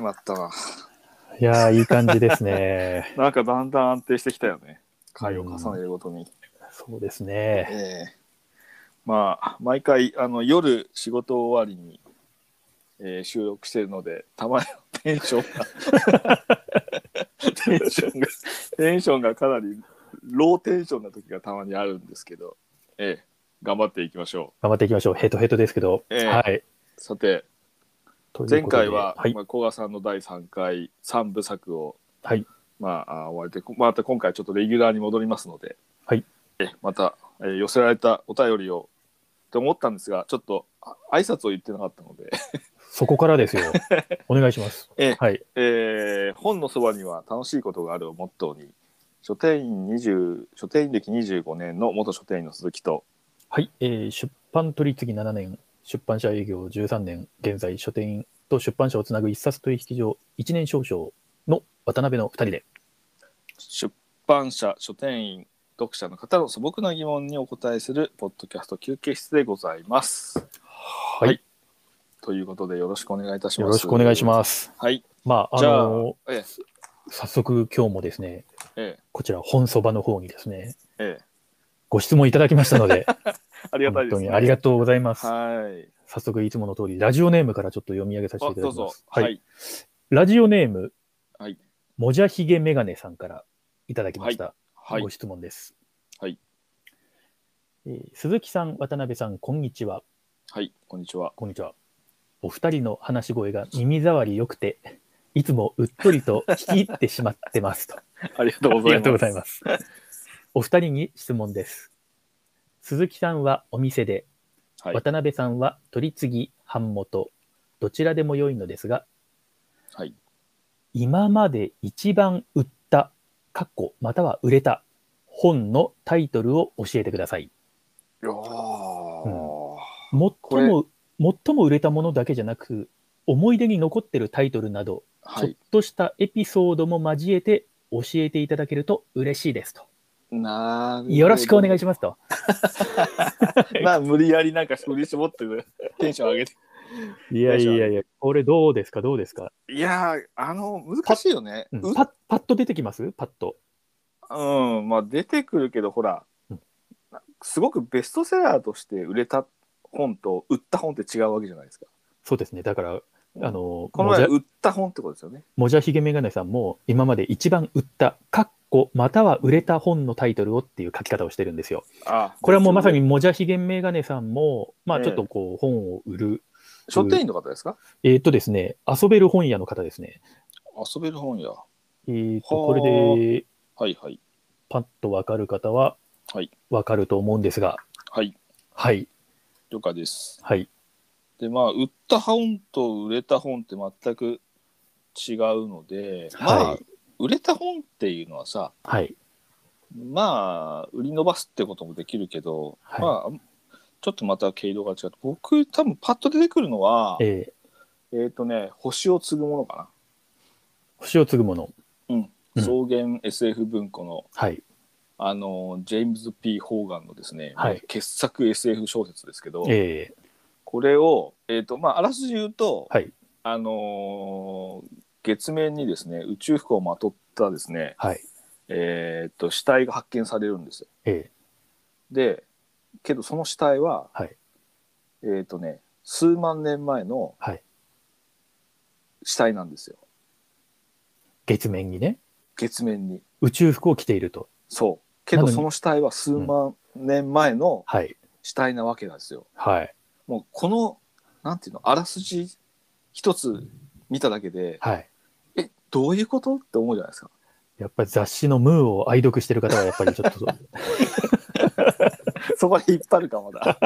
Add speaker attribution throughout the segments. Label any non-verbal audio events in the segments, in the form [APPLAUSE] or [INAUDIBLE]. Speaker 1: なったわ。
Speaker 2: いやー、いい感じですね。
Speaker 1: なんかだんだん安定してきたよね。 [LAUGHS] 回を重ねるごとに。
Speaker 2: そうですね。
Speaker 1: ええまあ、毎回、あの、夜仕事終わりに、えー収録してるので、たまにテンションが、 [LAUGHS] テンションが、テンションがかなりローテンションな時がたまにあるんですけど、ええ頑張っていきましょ
Speaker 2: 頑張っていきましょう。ヘトヘトですけど。
Speaker 1: ええ
Speaker 2: はい。
Speaker 1: う。さて、
Speaker 2: という
Speaker 1: 前
Speaker 2: ことで
Speaker 1: 回は、
Speaker 2: はい
Speaker 1: ま。あ、古賀さんの第3回、3部作を、
Speaker 2: はい。
Speaker 1: まあ、あ終わりで、こまた今回ちょっとレギュラーに戻りますので、
Speaker 2: はい
Speaker 1: えまた、えー寄せられたお便りをと思ったんですが、ちょっとあ挨拶を言ってなかったので、 [LAUGHS]
Speaker 2: そこからですよ。お願いします。
Speaker 1: ええ
Speaker 2: はい。
Speaker 1: えー本のそばには楽しいことがあるをモットーに、書店員20書店員歴25年の元書店員の鈴木と、
Speaker 2: はい。えー出版取り次ぎ7年、出版社営業13年、現在書店員と出版社をつなぐ一冊取引所1年少々の渡辺の2人で。
Speaker 1: 出版社、書店員、読者の方の素朴な疑問にお答えするポッドキャスト休憩室でございます。
Speaker 2: はい
Speaker 1: ということでよろしくお願いいたします。
Speaker 2: よろしくお願いし
Speaker 1: す。
Speaker 2: ます。
Speaker 1: はい。
Speaker 2: まあ、あ
Speaker 1: じゃあ
Speaker 2: の
Speaker 1: ええ
Speaker 2: 早速今日もですね、
Speaker 1: ええ
Speaker 2: こちら本そばの方にですね、
Speaker 1: ええ、
Speaker 2: ご質問いただきましたので、
Speaker 1: [LAUGHS] ありがたい
Speaker 2: 本
Speaker 1: で
Speaker 2: 当
Speaker 1: す、
Speaker 2: にありがとうございます。
Speaker 1: はい。
Speaker 2: 早速いつもの通り、ラジオネームからちょっと読み上げさせて
Speaker 1: あ
Speaker 2: いた
Speaker 1: ど
Speaker 2: だ
Speaker 1: う
Speaker 2: きま
Speaker 1: ぞ
Speaker 2: す。。
Speaker 1: は。い。
Speaker 2: ラジオネーム、
Speaker 1: はい。
Speaker 2: もじゃひげメガネさんからいただきました。
Speaker 1: はい
Speaker 2: ご。質問です。
Speaker 1: はい
Speaker 2: えー鈴木さん、渡辺さん、こんにちは。
Speaker 1: はい。こんにちは。
Speaker 2: こんにちは。お二人の話し声が耳障り良くて、いつもうっとりと聞き入ってしまってますと。
Speaker 1: [LAUGHS] ありがとうございます。
Speaker 2: [LAUGHS] ありがとうございます。お二人に質問です。鈴木さんはお店で、
Speaker 1: はい。
Speaker 2: 渡辺さんは取り次ぎ、版元、どちらでも良いのですが、
Speaker 1: はい。
Speaker 2: 今まで一番売った、かっこまたは売れた本のタイトルを教えてください。
Speaker 1: いやー
Speaker 2: 最も、最も売れたものだけじゃなく、思い出に残ってるタイトルなど、
Speaker 1: は
Speaker 2: ちょ
Speaker 1: い
Speaker 2: っ。としたエピソードも交えて教えていただけると嬉しいですと。
Speaker 1: な
Speaker 2: よろしくお願いしますと。
Speaker 1: ます。まあ、無理やりなんか振り絞ってねテンション上げて。
Speaker 2: い
Speaker 1: やいや
Speaker 2: いや、これどうですか、どうですか。
Speaker 1: いやー、あの、難しいよね。
Speaker 2: うん
Speaker 1: う
Speaker 2: パッパッと出てきますパッと。
Speaker 1: うん、まあ出てくるけど、ほら
Speaker 2: うん、
Speaker 1: すごくベストセラーとして売れた本と売った本って違うわけじゃないですか。
Speaker 2: そうですね。だから、あの、
Speaker 1: この
Speaker 2: もじ
Speaker 1: 前
Speaker 2: ゃ
Speaker 1: 売った本ってことですよね。
Speaker 2: もじゃひげメガネさんも、今まで一番売った、かっこ、または売れた本のタイトルをっていう書き方をしてるんですよ。
Speaker 1: あ
Speaker 2: これはもうまさに
Speaker 1: に。
Speaker 2: もじゃひげメガネさんも、まあ
Speaker 1: ええ
Speaker 2: ちょっとこう、本を売る。
Speaker 1: 書店員の方ですか
Speaker 2: えーっとですね、遊べる本屋の方ですね。
Speaker 1: 遊べる本や。
Speaker 2: えーっと、
Speaker 1: はあ
Speaker 2: これで、
Speaker 1: はいはい。
Speaker 2: パッとわかる方は
Speaker 1: はい、
Speaker 2: わかると思うんですが、
Speaker 1: はい。
Speaker 2: はい、
Speaker 1: 了解です。
Speaker 2: はい。
Speaker 1: で、まあ、売った本と売れた本って全く違うので、ま
Speaker 2: は
Speaker 1: あ
Speaker 2: い、
Speaker 1: 売れた本っていうのはさ、
Speaker 2: はい。
Speaker 1: まあ、売り伸ばすってこともできるけど、
Speaker 2: はい
Speaker 1: まあ、ちょっとまた毛色が違って、僕、多分パッと出てくるのは、えっ、
Speaker 2: えー
Speaker 1: とね、星を継ぐものか
Speaker 2: 星を継ぐもの。う
Speaker 1: な。
Speaker 2: ん
Speaker 1: 草原 SF 文庫の、
Speaker 2: はい。
Speaker 1: あの、ジェームズ・ P ・ホーガンのですね、
Speaker 2: はい
Speaker 1: 傑作 SF 小説ですけど、
Speaker 2: え
Speaker 1: これを、えっ、と、まあ、あらすじ言うと、
Speaker 2: ー、はい。
Speaker 1: あのー月面にですね宇宙服をまとったですね、
Speaker 2: はい。
Speaker 1: えーっと死体が発見されるんですよ。
Speaker 2: え
Speaker 1: でけどその死体は、
Speaker 2: はい
Speaker 1: えーっとね数万年前の
Speaker 2: はい
Speaker 1: 死体なんですよ、
Speaker 2: ー、月面にね、
Speaker 1: 月面に。
Speaker 2: 宇宙服を着ていると。
Speaker 1: そうけど
Speaker 2: なのに
Speaker 1: その死体は数万年前の
Speaker 2: はい。
Speaker 1: 死体なわけなんですよ。
Speaker 2: はい。
Speaker 1: もうこのなんていうのあらすじ一つ見ただけで
Speaker 2: はい。
Speaker 1: えどういうことって思うじゃないですか。 [LAUGHS]
Speaker 2: やっぱり雑誌のムーを愛読してる方はやっぱりちょ
Speaker 1: [LAUGHS]
Speaker 2: っと、
Speaker 1: そこは引っ張るかま
Speaker 2: [LAUGHS]
Speaker 1: だ。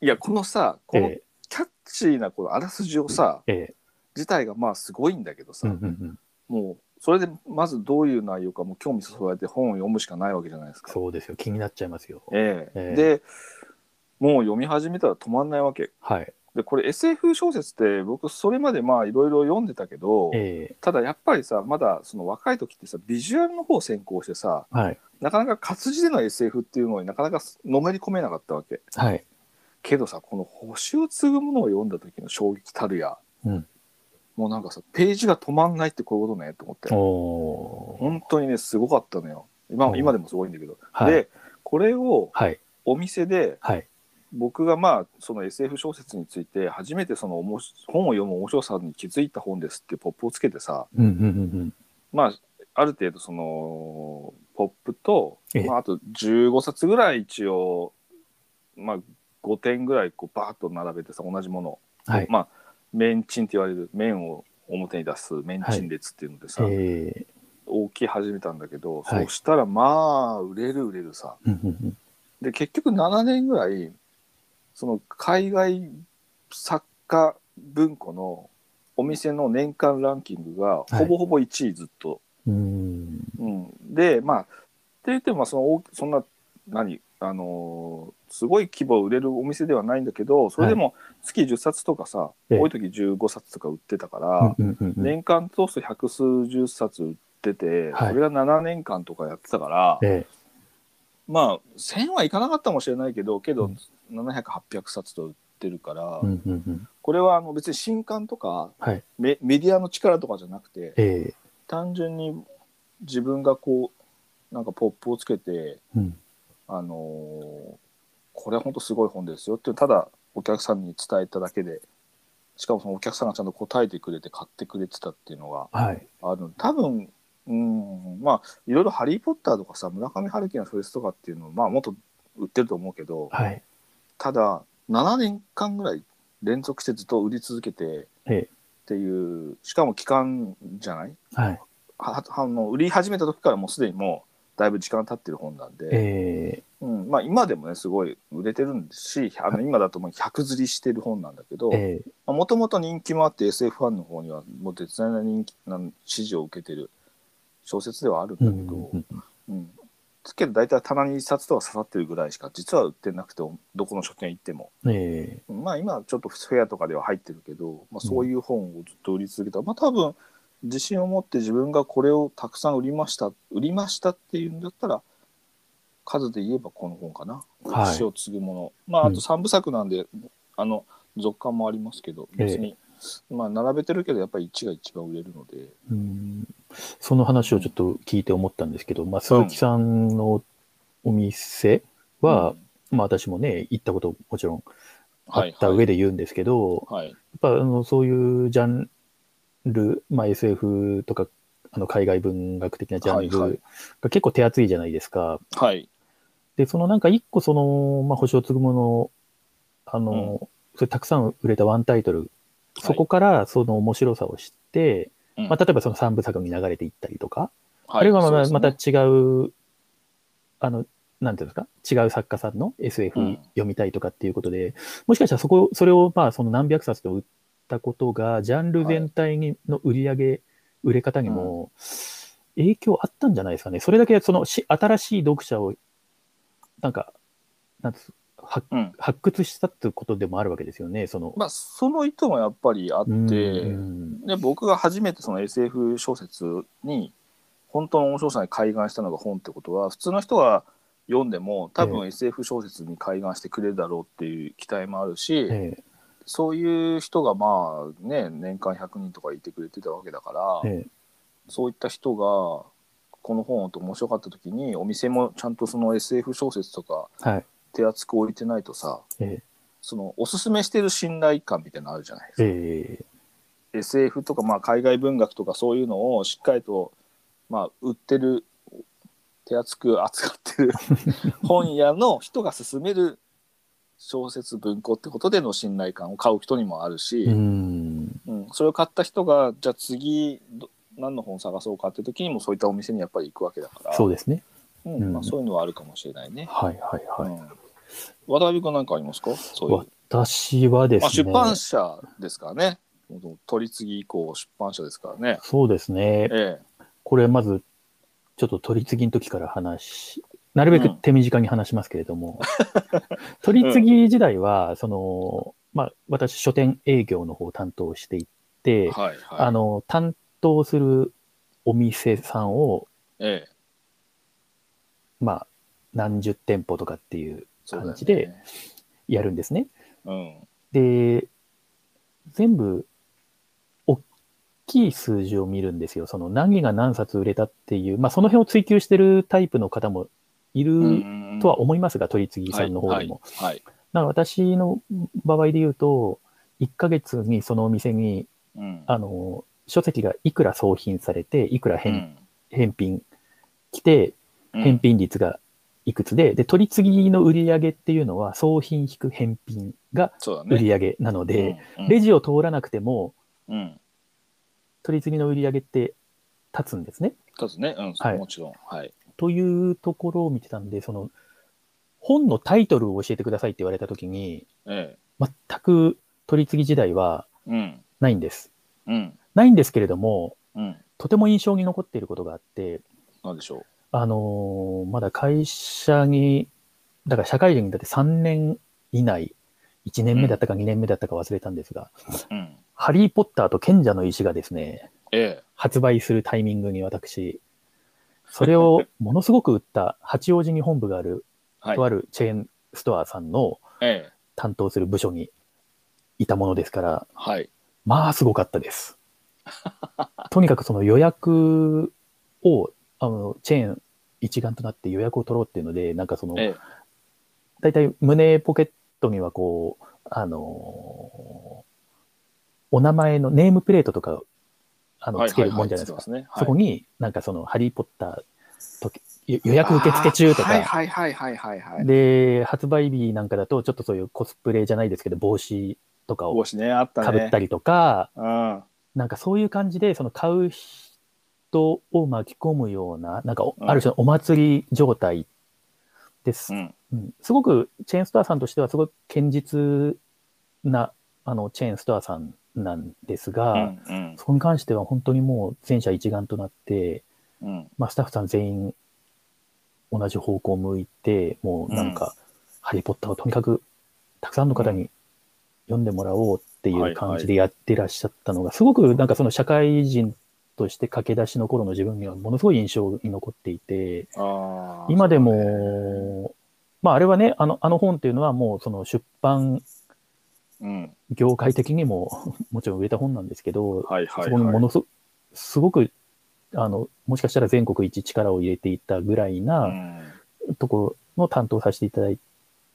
Speaker 1: いやこのさこの
Speaker 2: え
Speaker 1: キャッチーなこのあらすじをさ
Speaker 2: ええ
Speaker 1: 自体がまあすごいんだけど
Speaker 2: え
Speaker 1: さ、
Speaker 2: うんうんうん、
Speaker 1: もうそれでまずどういう内容かもう興味そそられて本を読むしかないわけじゃないですか。
Speaker 2: そうですよ気になっちゃいますよ。
Speaker 1: ええ
Speaker 2: ええ
Speaker 1: でもう読み始めたら止まんないわけ。
Speaker 2: はい。
Speaker 1: でこれ SF 小説って僕それまでまあいろいろ読んでたけど、
Speaker 2: ええ
Speaker 1: ただやっぱりさまだその若い時ってさビジュアルの方を先行してさ
Speaker 2: はい。
Speaker 1: なかなか活字での SF っていうのになかなかのめり込めなかったわけ。
Speaker 2: はい。
Speaker 1: けどさこの「星を継ぐもの」を読んだ時の衝撃たるや、
Speaker 2: うん
Speaker 1: もうなんかさ、ページが止まんないってこういうことねと思って。
Speaker 2: おー
Speaker 1: 本当にね、すごかったのよ。今
Speaker 2: お
Speaker 1: も今でもすごいんだけど。
Speaker 2: はい
Speaker 1: で、これを
Speaker 2: はい。
Speaker 1: お店で、
Speaker 2: はい。
Speaker 1: 僕がまあ、その SF 小説について、初めてそのおもし本を読む面白さに気づいた本ですってポップをつけてさ、
Speaker 2: うんうんうん
Speaker 1: まあ、ある程度その、ポップと
Speaker 2: ええ、
Speaker 1: まあ、あと15冊ぐらい一応、まあ、5点ぐらいこうバーッと並べてさ、同じものを。
Speaker 2: うん。はい。
Speaker 1: まあ、メンチンって言われる麺を表に出すメンチン列っていうのでさ、
Speaker 2: えー
Speaker 1: 置き始めたんだけど、
Speaker 2: はい
Speaker 1: そしたらまあ売れる売れるさ
Speaker 2: うんうんうん
Speaker 1: で結局7年ぐらいその海外作家文庫のお店の年間ランキングが
Speaker 2: い
Speaker 1: ほぼほぼ1位ずっと、
Speaker 2: うーん。
Speaker 1: うん、でまあって言ってもまあその大そんな何あのーすごい規模売れるお店ではないんだけどそれでも月10冊とかさ、
Speaker 2: ええ
Speaker 1: 多い時15冊とか売ってたから、
Speaker 2: うんうんうんうん
Speaker 1: 年間通すと百数十冊売ってて、
Speaker 2: は
Speaker 1: そ
Speaker 2: い
Speaker 1: れが7年間とかやってたから、
Speaker 2: え
Speaker 1: まあ1000はいかなかったかもしれないけどけ
Speaker 2: う
Speaker 1: ど
Speaker 2: ん
Speaker 1: 700800冊と売ってるから、
Speaker 2: ーうんうんうん
Speaker 1: これはあの別に新刊とか、
Speaker 2: はい
Speaker 1: メメディアの力とかじゃなくて
Speaker 2: え
Speaker 1: 単純に自分がこうなんかポップをつけて、
Speaker 2: ーうん
Speaker 1: あのーこれは本当すごい本ですよっていうただお客さんに伝えただけでしかもそのお客さんがちゃんと答えてくれて買ってくれてたっていうのが。
Speaker 2: はい。
Speaker 1: ある多分うんまあいろいろ「ハリー・ポッター」とかさ村上春樹の小説とかっていうのはまあもっと売ってると思うけど
Speaker 2: はい。
Speaker 1: ただ7年間ぐらい連続してずっと売り続けて
Speaker 2: ええ
Speaker 1: っていうしかも期間じゃない
Speaker 2: はい。
Speaker 1: ははもう売り始めた時からもうすでにもうだいぶ時間経ってる本なんで、
Speaker 2: え
Speaker 1: うんまあ、今でもねすごい売れてるんですしあの今だともう100釣りしてる本なんだけど
Speaker 2: ーえ
Speaker 1: もともと人気もあって SF ファンの方にはもう絶大な人気なん支持を受けてる小説ではあるん
Speaker 2: ーう
Speaker 1: だ
Speaker 2: ん
Speaker 1: け
Speaker 2: う
Speaker 1: ど、
Speaker 2: んうん
Speaker 1: うんつけど大体棚に一冊とは刺さってるぐらいしか実は売ってなくてどこの書店行っても
Speaker 2: え
Speaker 1: まあ今ちょっとフェアとかでは入ってるけど、まあ、そういう本をずっと売り続けた、まあ多分自信を持って自分がこれをたくさん売りました売りましたっていうんだったら数で言えばこの本かな
Speaker 2: はい
Speaker 1: 「血を継ぐもの」まああ
Speaker 2: うん
Speaker 1: と3部作なんで、あの続刊もありますけど別に、まあ並べてるけどやっぱり1が一番売れるので
Speaker 2: ーうんその話をちょっと聞いて思ったんですけど、まあ、鈴木さんのお店は、まあ私もね、行ったこともちろんあ
Speaker 1: はい
Speaker 2: った上で言うんですけど、
Speaker 1: はい
Speaker 2: やっぱあのそういうジャンル、まあ、SF とかあの海外文学的なジャン
Speaker 1: はいは
Speaker 2: ル
Speaker 1: い
Speaker 2: が結構手厚いじゃないですか。
Speaker 1: はい
Speaker 2: で、そのなんか一個その、まあ、星を継ぐもの、あの、それたくさん売れたワンタイトル、そこからその面白さを知って、
Speaker 1: うん
Speaker 2: まあ、例えばその三部作に流れていったりとか、
Speaker 1: はい
Speaker 2: あるいはまあ
Speaker 1: そうですね
Speaker 2: また違う、あの、なんていうんですか、違う作家さんの SF
Speaker 1: うん
Speaker 2: 読みたいとかっていうことで、もしかしたらそこ、それをまあその何百冊と売ったことが、ジャンル全体にの売り上げ、売れ方にも影響あったんじゃないですかね。それだけそのし新しい読者を、なんか、なんつ発
Speaker 1: うん
Speaker 2: 発掘したっていうことでもあるわけですよね、その。
Speaker 1: まあその意図もやっぱりあって、
Speaker 2: うん
Speaker 1: で僕が初めてその SF 小説に本当の面白さに開眼したのが本ってことは普通の人が読んでも多
Speaker 2: え
Speaker 1: 分 SF 小説に開眼してくれるだろうっていう期待もあるし、
Speaker 2: え
Speaker 1: そういう人がまあね年間100人とかいてくれてたわけだから、
Speaker 2: ええ
Speaker 1: そういった人がこの本と面白かった時にお店もちゃんとその SF 小説とか
Speaker 2: えはい、
Speaker 1: 手厚く置いてないとさ
Speaker 2: え
Speaker 1: そのおすすめしてる信頼感みたいなのあるじゃないですか
Speaker 2: ええ
Speaker 1: SF とか、まあ、海外文学とかそういうのをしっかりと、まあ、売ってる手厚く扱って
Speaker 2: [LAUGHS]
Speaker 1: る本屋の人が勧める小説文庫ってことでの信頼感を買う人にもあるし、
Speaker 2: うん、
Speaker 1: うんそれを買った人がじゃあ次ど何の本探そうかって時にもそういったお店にやっぱり行くわけだから,、
Speaker 2: そううですね。
Speaker 1: ん
Speaker 2: うん
Speaker 1: まあ、そういうのはあるかもしれないね。
Speaker 2: はいはいはい。
Speaker 1: うん渡辺君なんかありますかそういう
Speaker 2: 私はで
Speaker 1: まあ、
Speaker 2: す
Speaker 1: 出
Speaker 2: ね、
Speaker 1: 版社ですからね取り次ぎ以降出版社ですからね。
Speaker 2: そうですね、
Speaker 1: ええ
Speaker 2: これまず、ちょっと取り次ぎの時から話し、なるべく
Speaker 1: うん
Speaker 2: 手短に話しますけれども、 [LAUGHS] 取り次ぎ時代は、その、まあ、私、書店営業の方を担当していて、
Speaker 1: はいはい。
Speaker 2: あの、担当するお店さんを、
Speaker 1: ええ、
Speaker 2: まあ、何十店舗とかっていう、
Speaker 1: そうだ
Speaker 2: 感
Speaker 1: よ
Speaker 2: じで
Speaker 1: ね。
Speaker 2: やるんですね。
Speaker 1: うん。
Speaker 2: で、全部、大きい数字を見るんですよ。その何が何冊売れたっていう、まあ、その辺を追求してるタイプの方もいるとは思いますが、取り次ぎさんの方でも。
Speaker 1: はいはい
Speaker 2: だから私の場合で言うと、1ヶ月にそのお店に、
Speaker 1: うん
Speaker 2: あの、書籍がいくら送品されて、いくら
Speaker 1: う
Speaker 2: 返,、
Speaker 1: ん
Speaker 2: 返品来て、
Speaker 1: うん
Speaker 2: 返品率がいくつで、で、取り次ぎの売り上げっていうのは、送品引く返品が
Speaker 1: そうだね
Speaker 2: 売り上げなので、
Speaker 1: うん
Speaker 2: レジを通らなくても、
Speaker 1: うんうん
Speaker 2: 取り次ぎの売り上げって立つんですね。
Speaker 1: 立つね、うん
Speaker 2: はい
Speaker 1: もちろんはい
Speaker 2: というところを見てたんで、その、本のタイトルを教えてくださいって言われたときに、
Speaker 1: え
Speaker 2: 全く取り次ぎ時代は
Speaker 1: えうん
Speaker 2: ないんです。
Speaker 1: うん
Speaker 2: ないんですけれども、
Speaker 1: うん
Speaker 2: とても印象に残っていることがあって、
Speaker 1: なんでしょ
Speaker 2: あのーまだ会社に、だから社会人にだって3年以内、1年目だったか2年目だったか忘れたんですが、
Speaker 1: ううん
Speaker 2: ハリー・ポッターと賢者の石がですね、
Speaker 1: え
Speaker 2: 発売するタイミングに私、そ
Speaker 1: [LAUGHS]
Speaker 2: れをものすごく売った八王子に本部がある、
Speaker 1: えはい
Speaker 2: とあるチェーンストアさんの
Speaker 1: ええ
Speaker 2: 担当する部署にいたものですから、
Speaker 1: はい
Speaker 2: まあすごかっ
Speaker 1: [LAUGHS]
Speaker 2: たです。とにかくその予約を、あの、チェーン一丸となって予約を取ろうっていうので、なんかその、
Speaker 1: ええ
Speaker 2: 大体胸ポケットにはこう、あのーお名前のネームプレートとか、あの、つけるもんじゃない
Speaker 1: はははつけて
Speaker 2: ですか。
Speaker 1: ますねはい
Speaker 2: そこになんかその、ハリー・ポッターとき予予約受付中とか、
Speaker 1: あーはいはいはいはいはいはい
Speaker 2: で、発売日なんかだと、ちょっとそういうコスプレじゃないですけど、帽子とかを
Speaker 1: 帽子ねあったね
Speaker 2: かぶったりとか、
Speaker 1: うん
Speaker 2: なんかそういう感じで、その買う人を巻き込むような、なんかお
Speaker 1: うん
Speaker 2: ある種のお祭り状態です。
Speaker 1: うん
Speaker 2: うんすごくチェーンストアさんとしてはすごく堅実なあのチェーンストアさんなんですが、
Speaker 1: うん
Speaker 2: そこに関しては本当にもう全社一丸となって、
Speaker 1: うんうん
Speaker 2: まあ、スタッフさん全員同じ方向を向いて、もうなんか、ハリー・ポッターをとにかくたくさんの方に読んでもらおうっていう感じでやってらっしゃったのが、すごくなんかその社会人として駆け出しの頃の自分にはものすごい印象に残っていて、
Speaker 1: あー
Speaker 2: 今でも、まああれはね、あのあの本っていうのはもうその出版
Speaker 1: うん
Speaker 2: 業界的にももちろん売れた本なんですけど、
Speaker 1: はいはい
Speaker 2: そこにも
Speaker 1: はい
Speaker 2: のすすごく、あの、もしかしたら全国一力を入れていたぐらいなところの担当させていただい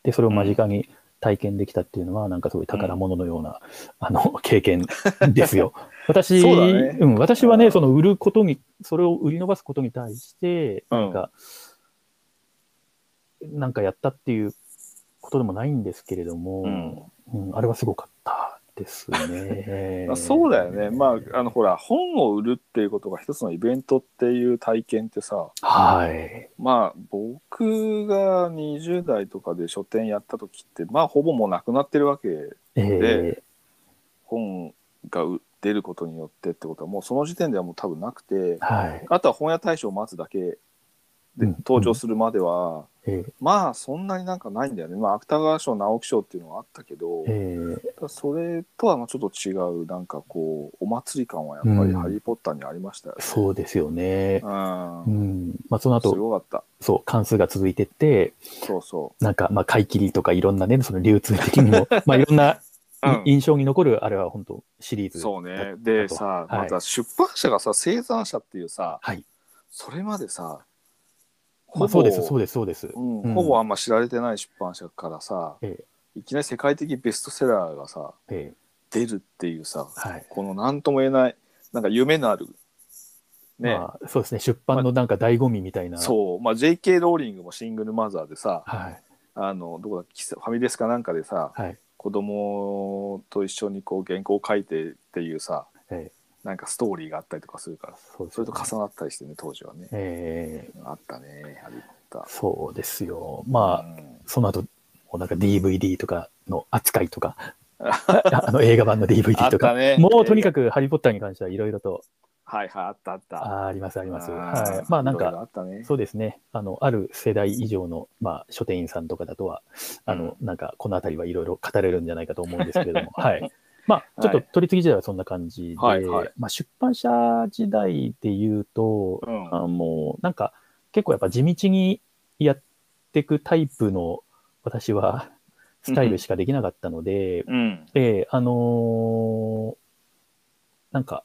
Speaker 2: て、それを間近に体験できたっていうのは、なんかすごい宝物のような、あの、 [LAUGHS] 経験で
Speaker 1: [LAUGHS]
Speaker 2: すよ。私、
Speaker 1: そうだね
Speaker 2: ん、私は
Speaker 1: う
Speaker 2: ね、
Speaker 1: ん
Speaker 2: その売ることに、それを売り伸ばすことに対して、
Speaker 1: うん
Speaker 2: なんか、なんかやったっていうことでもないんですけれども、
Speaker 1: うん。
Speaker 2: うんあれはすごかったですね
Speaker 1: [LAUGHS] そうだよね、まあ、あのほら本を売るっていうことが一つのイベントっていう体験ってさ
Speaker 2: はい。
Speaker 1: まあ僕が20代とかで書店やった時ってまあほぼもうなくなってるわけ
Speaker 2: え
Speaker 1: で本が売出ることによってってことはもうその時点ではもう多分なくて
Speaker 2: ーはい。
Speaker 1: あとは本屋大賞を待つだけ
Speaker 2: う
Speaker 1: で
Speaker 2: ん
Speaker 1: 登場するまでは、
Speaker 2: えー
Speaker 1: まあそんなになんかないんだよねまあ芥川賞直木賞っていうのはあったけど、
Speaker 2: えー
Speaker 1: ただそれとはまあちょっと違うなんかこうお祭り感はやっぱ
Speaker 2: う
Speaker 1: り「
Speaker 2: ん
Speaker 1: ハリー・ポッター」にありましたよね。
Speaker 2: そうですよね。
Speaker 1: うん
Speaker 2: うん。まあ、その
Speaker 1: す
Speaker 2: 後、
Speaker 1: ごかった。
Speaker 2: そう、関数が続いてって、
Speaker 1: そうそ
Speaker 2: なんか、まあ、買い切りとかいろんなね、その流通的に
Speaker 1: [LAUGHS]
Speaker 2: も、まあ、いろんな
Speaker 1: う。
Speaker 2: い印象に残る、あれは本当シリーズ。
Speaker 1: そうね。
Speaker 2: あ
Speaker 1: で
Speaker 2: と
Speaker 1: さ、
Speaker 2: はい
Speaker 1: また出版社がさ、生産者っていうさ、
Speaker 2: はい
Speaker 1: それまでさ、
Speaker 2: まあ、そうです、そうです、そうです。
Speaker 1: うん
Speaker 2: うん
Speaker 1: ほぼあんま知られてない出版社からさ、
Speaker 2: え
Speaker 1: いきなり世界的ベストセラーがさ、
Speaker 2: え
Speaker 1: 出るっていうさ、
Speaker 2: ーはい。
Speaker 1: この何とも言えない、なんか夢のある、ね、
Speaker 2: まあ、そうですね、出版のなんか醍醐味みたいな。う。
Speaker 1: そう、まあ、J.K. ローリングもシングルマザーでさ、
Speaker 2: はい。
Speaker 1: あのどこだっけファミレスかなんかでさ、
Speaker 2: はい。
Speaker 1: 子供と一緒にこう原稿を書いてっていうさ、
Speaker 2: え
Speaker 1: なんかストーリーがあったりとかするから
Speaker 2: ー、そうです
Speaker 1: それ
Speaker 2: よね
Speaker 1: と重なったりしてね当時はね
Speaker 2: え
Speaker 1: あったねハリー・ポッ
Speaker 2: ーそうですよ。
Speaker 1: タ
Speaker 2: まあ、
Speaker 1: ー
Speaker 2: その後、もうなんか DVD とかの扱いとか、
Speaker 1: [LAUGHS]
Speaker 2: ああの映画版の DVD
Speaker 1: あ
Speaker 2: と
Speaker 1: った
Speaker 2: か、
Speaker 1: ね
Speaker 2: もうとにかくハリー・ポッターに関してはいろいろと
Speaker 1: はいはいあったあった
Speaker 2: あーありますあります。
Speaker 1: うん
Speaker 2: はい、まあなん
Speaker 1: いろいろ
Speaker 2: か、
Speaker 1: あったね
Speaker 2: そうですね、あの、ある世代以上の、まあ、書店員さんとかだとは、あの、なんか、このあたりはいろいろ語れるんじゃないかと思うんですけれ
Speaker 1: [LAUGHS]
Speaker 2: ども、はい。まあ、ちょっと取り次ぎ時代はそんな感じで、
Speaker 1: はいはい
Speaker 2: まあ、出版社時代で言うと、
Speaker 1: うん
Speaker 2: あもう、なんか、結構やっぱ地道にやっていくタイプの、私は、スタイルしかできなかったので、
Speaker 1: うん
Speaker 2: で、あのーなんか、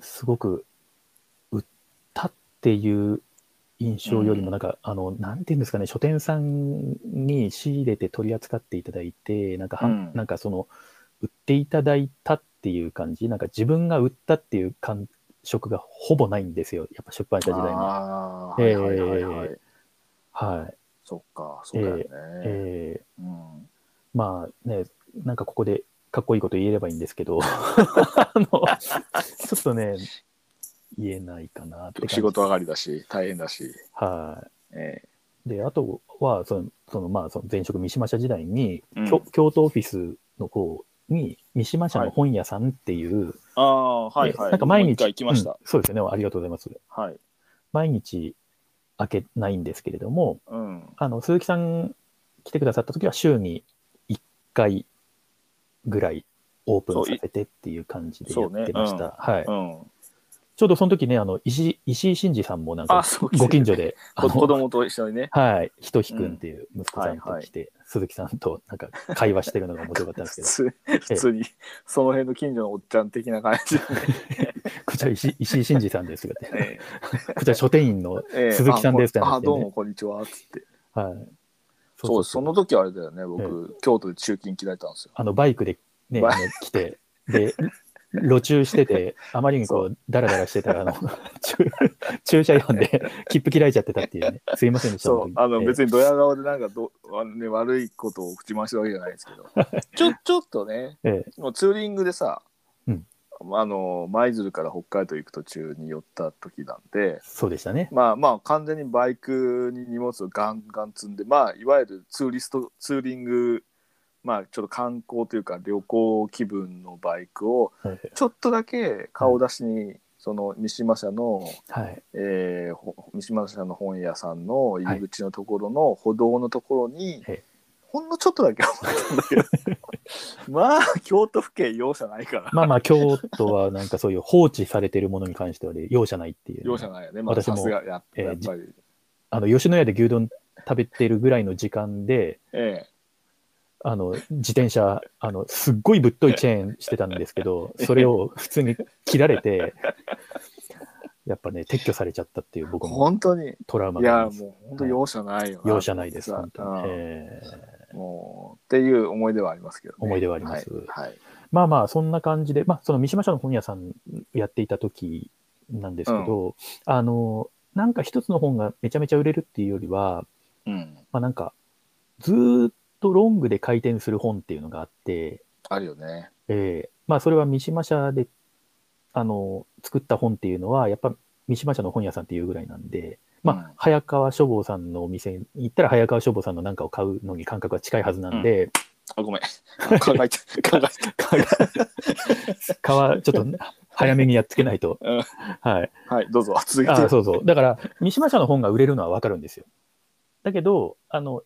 Speaker 2: すごく売ったっていう印象よりも、なんか、あの、なんていうんですかね、書店さんに仕入れて取り扱っていただいて、なんかは、
Speaker 1: うん
Speaker 2: なんかその、売っていただいたっていう感じ、なんか自分が売ったっていう感触がほぼないんですよ、やっぱ出版社時代も。
Speaker 1: ああー、はいはいはいはい。
Speaker 2: はい。
Speaker 1: そっか、そうだよね。
Speaker 2: えー
Speaker 1: うん
Speaker 2: まあね、なんかここでかっこいいこと言えればいいんで
Speaker 1: [LAUGHS]
Speaker 2: すけど、あの、ちょっとね、言えないかなって感じ。
Speaker 1: 仕事上がりだし、大変だし。
Speaker 2: はい。
Speaker 1: え
Speaker 2: で、あとは、その、その、まあ、その前職三島社時代に、
Speaker 1: うん
Speaker 2: 京京都オフィスの方に、三島社の本屋さんっていう、
Speaker 1: ああ、はいはい。
Speaker 2: なんか毎
Speaker 1: もう一
Speaker 2: 日、
Speaker 1: 回行きまし
Speaker 2: うん
Speaker 1: た。
Speaker 2: そうですよね、ありがとうございます。
Speaker 1: はい。
Speaker 2: 毎日開けないんですけれども、
Speaker 1: うん。
Speaker 2: あの、鈴木さん来てくださった時は週に1回ぐらいオープンさせてっていう感じでやってまし
Speaker 1: そうね
Speaker 2: た。はい、
Speaker 1: うん。
Speaker 2: ちょうどその時ね、あの、石井、石井真二さんもなん
Speaker 1: あ、
Speaker 2: か、
Speaker 1: そう
Speaker 2: ご近
Speaker 1: [LAUGHS]
Speaker 2: 所で、あ
Speaker 1: こ
Speaker 2: の
Speaker 1: 子供と一緒にね。
Speaker 2: はい、ひとひくんっていう息子さん
Speaker 1: はい
Speaker 2: と
Speaker 1: はい
Speaker 2: 来て、鈴木さんとなんか会話してるのが面白かったんです
Speaker 1: 普
Speaker 2: け
Speaker 1: [LAUGHS]
Speaker 2: ど、
Speaker 1: 通普通に、その辺の近所のおっちゃん的な感じ
Speaker 2: [LAUGHS]
Speaker 1: で
Speaker 2: こちら石石井真二さんですと
Speaker 1: [LAUGHS]
Speaker 2: か言って、
Speaker 1: ね。
Speaker 2: こちら書店員の、
Speaker 1: ええ
Speaker 2: 鈴木さんですって
Speaker 1: あ、
Speaker 2: 話でね
Speaker 1: どうも、こんにちは、つって。
Speaker 2: はい。
Speaker 1: そうです。その時あれだよね、僕、京都で中勤切られたんですよ。
Speaker 2: あの、バイクでね、あ
Speaker 1: バイ
Speaker 2: の来て、で、路中してて、あまりにこう、ダラダラしてたら、あの、 [LAUGHS] 駐駐車違反で [LAUGHS] 切符切られちゃってたっていうね、すいませんでした。
Speaker 1: そう、あの、
Speaker 2: ええ
Speaker 1: 別にドヤ顔でなんかど、あ [LAUGHS] のね、悪いことを口回してるわけじゃないです
Speaker 2: [LAUGHS]
Speaker 1: けど、ちょ、ちょっとね、
Speaker 2: ええ
Speaker 1: もうツーリングでさ、
Speaker 2: うん
Speaker 1: あの、舞鶴から北海道行く途中に寄った時なんで、
Speaker 2: そうでしたね。
Speaker 1: まあまあ完全にバイクに荷物をガンガン積んでまあいわゆるツーリストツーリングまあちょっと観光というか旅行気分のバイクを
Speaker 2: はい。
Speaker 1: ちょっとだけ顔出しに、その三島社の、
Speaker 2: はい
Speaker 1: えーほ三島社の本屋さんの入り口のところの歩道のところに、
Speaker 2: はい
Speaker 1: ほんのちょっとだけ思ったんだけ
Speaker 2: [LAUGHS]
Speaker 1: どまあ京都府警容赦ないから
Speaker 2: まあまあ、京都はなんかそういう放置されてるものに関してはね、容赦ないっていうね、
Speaker 1: 容赦ないよねまあ
Speaker 2: 私
Speaker 1: さ
Speaker 2: も
Speaker 1: すがやっ
Speaker 2: えー
Speaker 1: やっぱり、
Speaker 2: あの、吉野家で牛丼食べてるぐらいの時間で、
Speaker 1: ええ
Speaker 2: あの、自転車、あの、すっごいぶっといチェーンしてたんですけど、それを普通に切られて、やっぱね、撤去されちゃったっていう僕も
Speaker 1: 本当に
Speaker 2: トラウマ
Speaker 1: い
Speaker 2: があ
Speaker 1: や
Speaker 2: ります。
Speaker 1: もう本当容赦ないよな、
Speaker 2: 容赦ないです、本当に。
Speaker 1: うん
Speaker 2: えー
Speaker 1: もうっていう思い出はありますけど、ね、
Speaker 2: 思い出はあります
Speaker 1: はい、はい
Speaker 2: まあまあ、そんな感じで、まあ、その三島社の本屋さんやっていた時なんですけど、あの、なんか一つの本がめちゃめちゃ売れるっていうよりは、
Speaker 1: うん、
Speaker 2: まあなんか、ずーっとロングで回転する本っていうのがあって、
Speaker 1: あるよね
Speaker 2: ええまあそれは三島社で、あの、作った本っていうのは、やっぱ三島社の本屋さんっていうぐらいなんで、まあ、
Speaker 1: うん
Speaker 2: 早川書房さんのお店に行ったら早川書房さんのなんかを買うのに感覚が近いはずなんで、
Speaker 1: あご
Speaker 2: [LAUGHS]
Speaker 1: めん考えた考えた考えた
Speaker 2: 買はち
Speaker 1: [LAUGHS]
Speaker 2: ょっと早めにやっつけないと。
Speaker 1: うん
Speaker 2: はい。 [LAUGHS]
Speaker 1: はいどうぞ続いて
Speaker 2: あそうそう。だから、三島社の本が売れるのはわかるんですよ。だけど、あの、